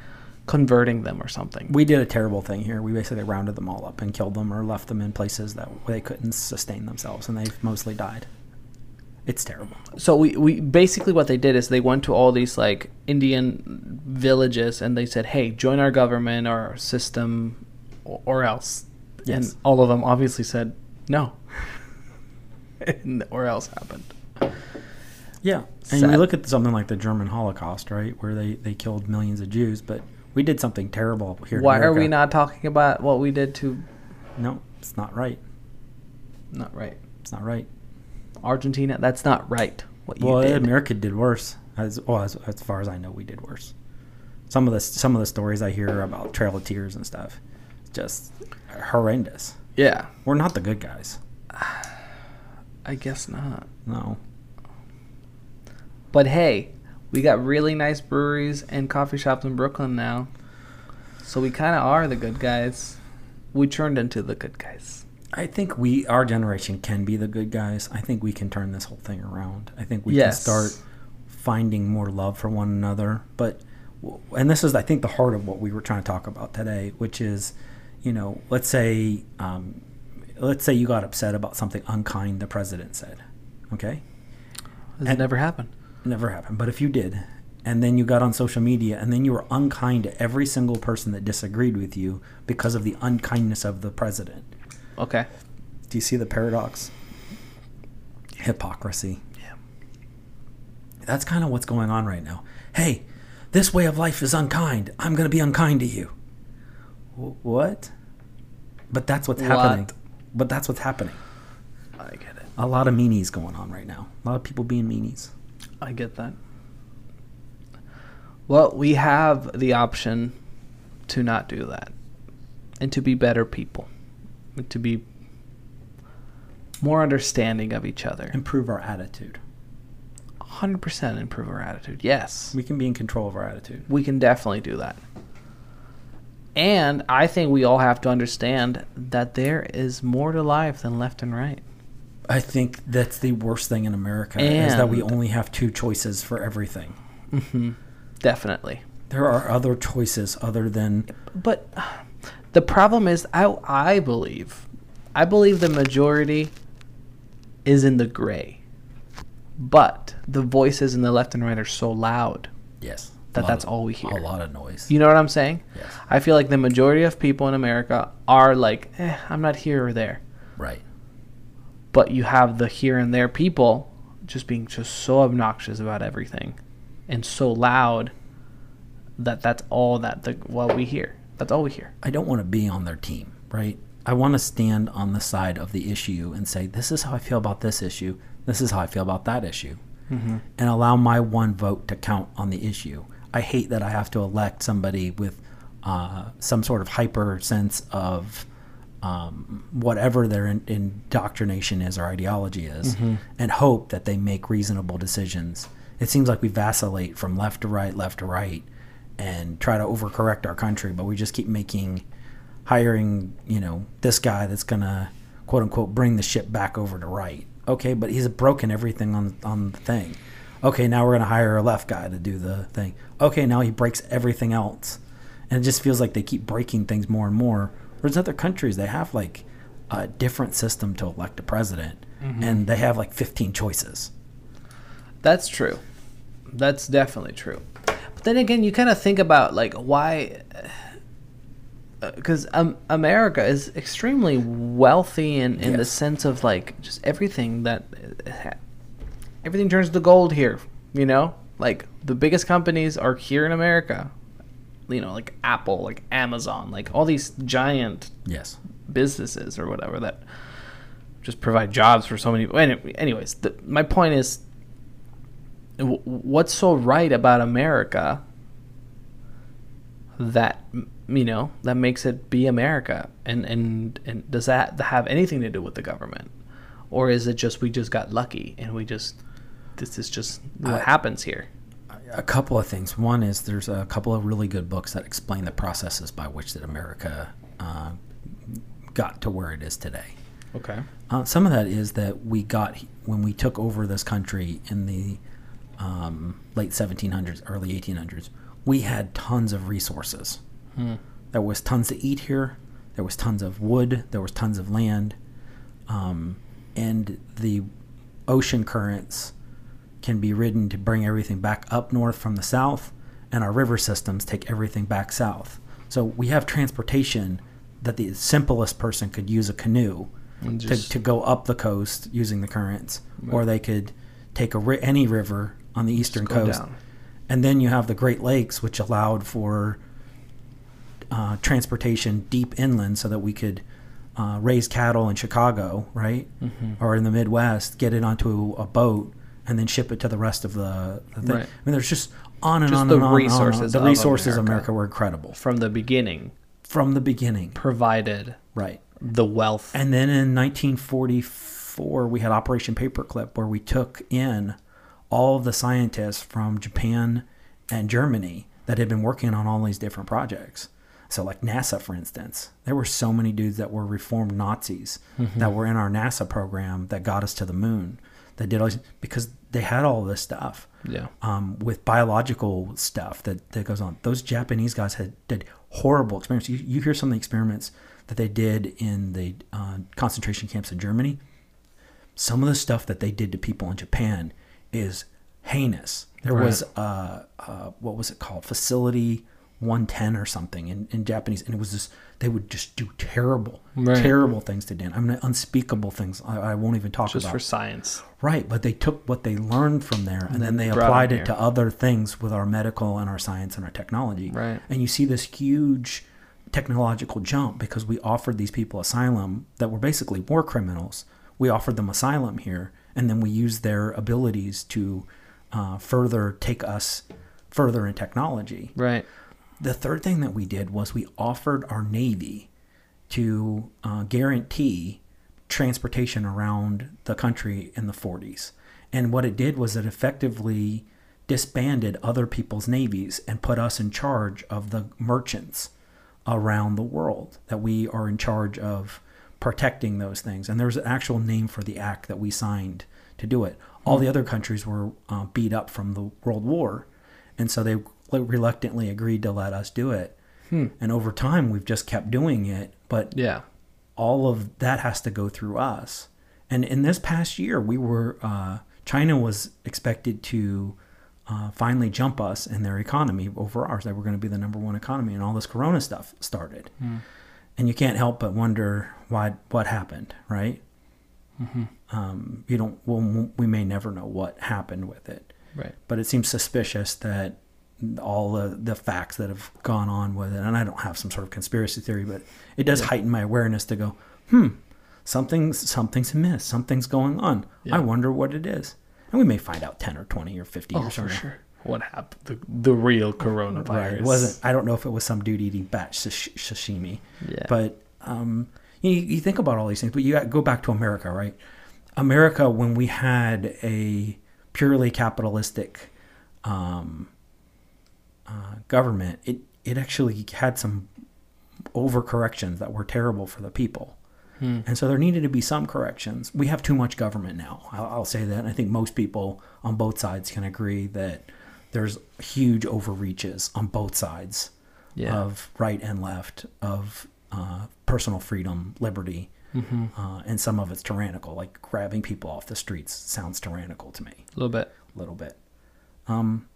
converting them or something. We did a terrible thing here. We basically rounded them all up and killed them or left them in places that they couldn't sustain themselves, and they've mostly died. It's terrible. so we, we basically what they did is they went to all these like Indian villages and they said, "Hey, join our government or our system, or, or else." Yes. And all of them obviously said no, and or else happened. Yeah. And we Sad. look at something like the German Holocaust, right, where they, they killed millions of Jews, but we did something terrible here. in Why are we America. not talking about what we did to? No, it's not right. Not right, It's not right. Argentina. That's not right. What you well, did. America did worse. As well as, as far as I know, we did worse. Some of the some of the stories I hear about Trail of Tears and stuff, it's just horrendous. yeah, We're not the good guys. I guess not. No. But hey, we got really nice breweries and coffee shops in Brooklyn now. So we kind of are the good guys. We turned into the good guys. I think we, our generation, can be the good guys. I think we can turn this whole thing around. I think we Yes. can start finding more love for one another. But, and this is, I think, the heart of what we were trying to talk about today, which is, you know, let's say, um, let's say you got upset about something unkind the president said. Okay, This And- never happened. never happened. But if you did, and then you got on social media, and then you were unkind to every single person that disagreed with you because of the unkindness of the president. Okay. Do you see the paradox? Hypocrisy. Yeah. That's kind of what's going on right now. Hey, this way of life is unkind. I'm going to be unkind to you. Wh- What? But that's what's What? happening. But that's what's happening. I get it. A lot of meanies going on right now. A lot of people being meanies. I get that. Well, we have the option to not do that and to be better people and to be more understanding of each other. Improve our attitude. 100% improve our attitude. Yes. We can be in control of our attitude. we can definitely do that. And I think we all have to understand that there is more to life than left and right. I think that's the worst thing in America is that we And- only have two choices for everything. Mm-hmm. Definitely. There are other choices other than But the problem is, I, I believe, I believe the majority is in the gray. But the voices in the left and right are so loud. yes. a That lot that's of- all we hear. A lot of noise. You know what I'm saying? Yes. I feel like the majority of people in America are like, eh, I'm not here or there. Right. but you have the here and there people just being just so obnoxious about everything and so loud that that's all that the what we hear that's all we hear I don't want to be on their team, right? I want to stand on the side of the issue and say, this is how I feel about this issue. This is how I feel about that issue. And allow my one vote to count on the issue. I hate that I have to elect somebody with uh, some sort of hyper sense of um, whatever their in- indoctrination is or ideology is and hope that they make reasonable decisions. It seems like we vacillate from left to right, left to right, and try to overcorrect our country, but we just keep making hiring, you know, this guy that's gonna quote unquote bring the ship back over to right. Okay, but he's broken everything on on the thing. Okay, now we're gonna hire a left guy to do the thing. Okay, now he breaks everything else, and it just feels like they keep breaking things more and more. Whereas other countries, they have like a different system to elect a president, and they have like 15 choices. that's true that's definitely true but then again you kind of think about like why because um, america is extremely wealthy in, in the Yes. sense of like just everything that uh, everything turns to gold here. You know, like the biggest companies are here in America. You know, like Apple, like Amazon, like all these giant Yes. businesses or whatever that just provide jobs for so many. any- Anyways, the, my point is, w- what's so right about America that m- you know that makes it be America? And and and does that have anything to do with the government, or is it just we just got lucky and we just this is just what I- happens here? a couple of things. One is there's a couple of really good books that explain the processes by which that America uh, got to where it is today. Okay. Uh, some of that is that we got when we took over this country in the um, late 1700s, early 1800s. We had tons of resources. There was tons to eat here. There was tons of wood. There was tons of land, um, and the ocean currents can be ridden to bring everything back up north from the south, and our river systems take everything back south. So we have transportation that the simplest person could use a canoe And to, to go up the coast using the currents, or they could take a ri- any river on the eastern go coast, down. and then you have the Great Lakes, which allowed for uh, transportation deep inland, so that we could uh, raise cattle in Chicago, right, Mm-hmm. or in the Midwest, get it onto a boat, and then ship it to the rest of the. the thing. Right. I mean, there's just on and Just on the and on. resources and on. The of resources of America. America were incredible from the beginning, from the beginning, provided right? the wealth. And then in 1944, we had Operation Paperclip, where we took in all of the scientists from Japan and Germany that had been working on all these different projects. So, like NASA, for instance, there were so many dudes that were reformed Nazis that were in our NASA program that got us to the moon. That did all these, because they had all this stuff yeah. um, with biological stuff that, that goes on. Those Japanese guys had did horrible experiments. You, you hear some of the experiments that they did in the uh, concentration camps in Germany. Some of the stuff that they did to people in Japan is heinous. There Right. was uh, uh, what was it called? Facility 110 or something in, in Japanese, and it was just they would just do terrible, Right. terrible things to Dan. I mean, unspeakable things. I, I won't even talk Just about. for science. Right, but they took what they learned from there and, then they brought 'em applied here. it to other things with our medical and our science and our technology. Right. And you see this huge technological jump because we offered these people asylum that were basically war criminals. We offered them asylum here, and then we used their abilities to uh, further take us further in technology. Right. The third thing that we did was we offered our Navy to uh, guarantee transportation around the country in the 40s. And what it did was it effectively disbanded other people's navies and put us in charge of the merchants around the world, that we are in charge of protecting those things. And there's an actual name for the act that we signed to do it. All the other countries were uh, beat up from the World War, and so they reluctantly agreed to let us do it. And over time, we've just kept doing it, but Yeah. all of that has to go through us. And in this past year, we were uh, China was expected to uh, finally jump us in their economy over ours. They were going to be the number one economy, and all this Corona stuff started. And you can't help but wonder why what happened, right? Um, you don't. Well, we may never know what happened with it Right. but it seems suspicious that all the, the facts that have gone on with it and i don't have some sort of conspiracy theory but it does heighten my awareness to go hmm something's something's amiss something's going on Yeah. i wonder what it is and we may find out 10 or 20 or 50 Oh, years for from now. sure. What happened? The, the real coronavirus. Right. It wasn't. I don't know if it was some dude eating bat sash- sashimi. Yeah. But um, you, you think about all these things, but you got go back to America, right? America, when we had a purely capitalistic um, uh, government, it it actually had some overcorrections that were terrible for the people. And so there needed to be some corrections. We have too much government now. I'll, I'll say that. And I think most people on both sides can agree that there's huge overreaches on both sides Yeah. of right and left, of uh, personal freedom, liberty. Uh, and some of it's tyrannical. Like grabbing people off the streets sounds tyrannical to me A little bit. little bit. Um,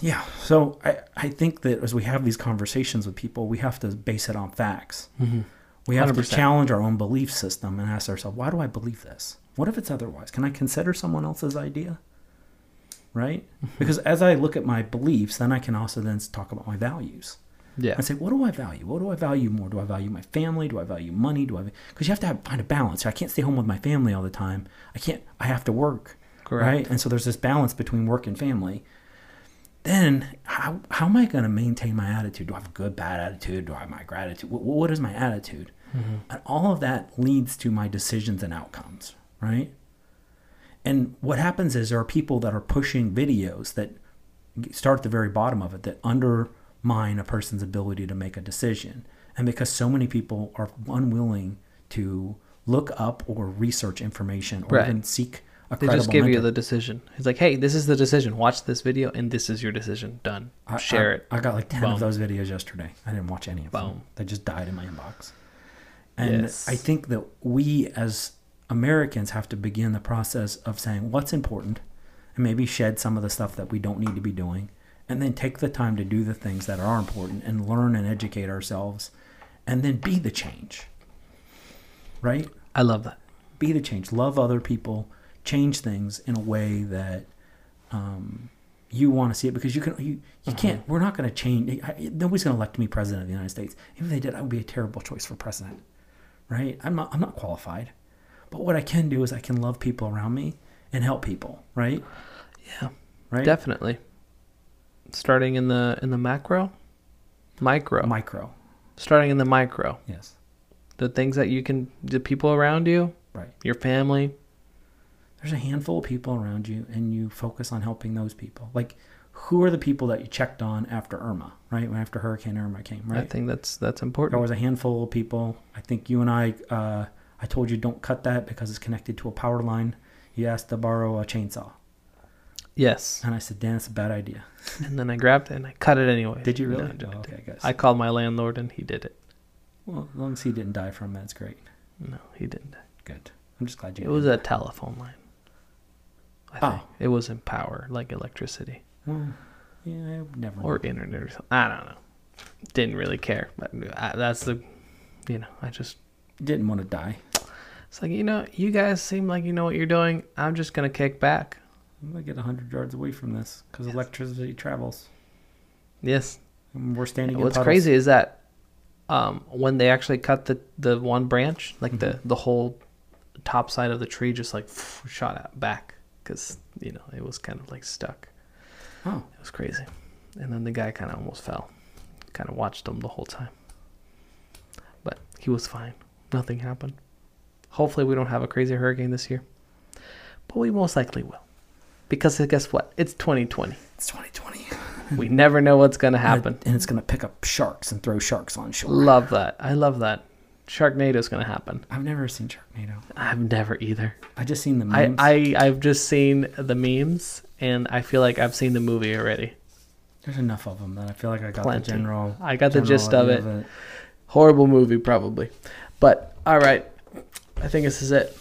yeah, so I, I think that as we have these conversations with people, we have to base it on facts. We have to 100%. challenge our own belief system and ask ourselves, why do I believe this? What if it's otherwise? Can I consider someone else's idea? Right? Because as I look at my beliefs, then I can also then talk about my values. Yeah. I say, what do I value? What do I value more? Do I value my family? Do I value money? Do I? Because you have to have, find a balance. I can't stay home with my family all the time. I can't. I have to work. Correct. right? And so there's this balance between work and family. Then how how am I going to maintain my attitude? Do I have a good bad attitude? Do I have my gratitude? What, what is my attitude? Mm-hmm. And all of that leads to my decisions and outcomes, right? And what happens is there are people that are pushing videos that start at the very bottom of it that undermine a person's ability to make a decision. And because so many people are unwilling to look up or research information or Right. even seek a They credible just give you mentor. the decision. It's like, hey, this is the decision. Watch this video, and this is your decision. Done. I- Share I- it. I got like ten Boom. of those videos yesterday. I didn't watch any of them. Boom. They just died in my inbox. And Yes. I think that we as Americans have to begin the process of saying what's important, and maybe shed some of the stuff that we don't need to be doing, and then take the time to do the things that are important and learn and educate ourselves, and then be the change. Right? I love that. be the change. Love other people. Change things in a way that um, you want to see it because you can. You, you Uh-huh. can't. We're not going to change. I, I- nobody's going to elect me president of the United States. If they did, I would be a terrible choice for president. Right? I'm not. I'm not qualified. But what I can do is I can love people around me and help people. Right? Yeah, Right. definitely. Starting in the in the macro, micro. Micro. Starting in the micro, Yes. the things that you can, the people around you, Right. your family. There's a handful of people around you, and you focus on helping those people. Like, who are the people that you checked on after Irma? Right? When after Hurricane Irma came. Right. I think that's that's There important. was a handful of people. I think you and I, uh, I told you don't cut that because it's connected to a power line. You asked to borrow a chainsaw. Yes. And I said, Dan, it's a bad idea. And then I grabbed it and I cut it anyway. Did you No, really? I didn't. Oh, okay, I guess. I called my landlord and he did it. well, as long as he didn't die from it, it's great. No, he didn't. Good. I'm just glad you It was didn't. a telephone line. I Oh. think it was in power, like electricity Well, yeah, I never. or internet or something. I don't know. Didn't really care. But I, that's the, you know, I just didn't want to die. it's like you know, you guys seem like you know what you're doing. I'm just gonna kick back. I'm going to get 100 yards away from this because Yes. electricity travels. Yes. And we're standing in What's puddles. crazy is that um, when they actually cut the the one branch, like the Mm-hmm. the whole top side of the tree just like shot out back because you know it was kind of like stuck. Oh, It was crazy. And then the guy kind of almost fell. Kind of watched him the whole time. But he was fine. Nothing happened. Hopefully, we don't have a crazy hurricane this year. But we most likely will. Because guess what? It's 2020. it's 2020. we never know what's going to happen. And it's going to pick up sharks and throw sharks on shore. Love that. I love that. Sharknado's going to happen. I've never seen Sharknado. I've never either. I just seen the I, memes. I, I've just seen the memes, and I feel like I've seen the movie already. There's enough of them that I feel like I got Plenty. the general. I got the general gist of idea it. Horrible movie, probably. But, all right. I think this is it.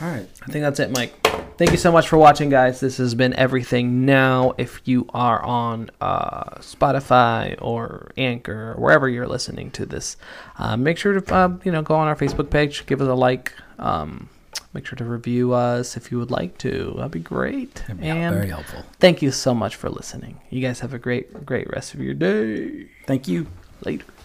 All right. I think that's it, Mike. Thank you so much for watching, guys. This has been everything. Now, if you are on uh, Spotify or Anchor or wherever you're listening to this, uh, make sure to uh, you know go on our Facebook page, give us a like, um, make sure to review us if you would like to. That'd be great. And helpful. thank you so much for listening. You guys have a great, great rest of your day. Thank you. Later.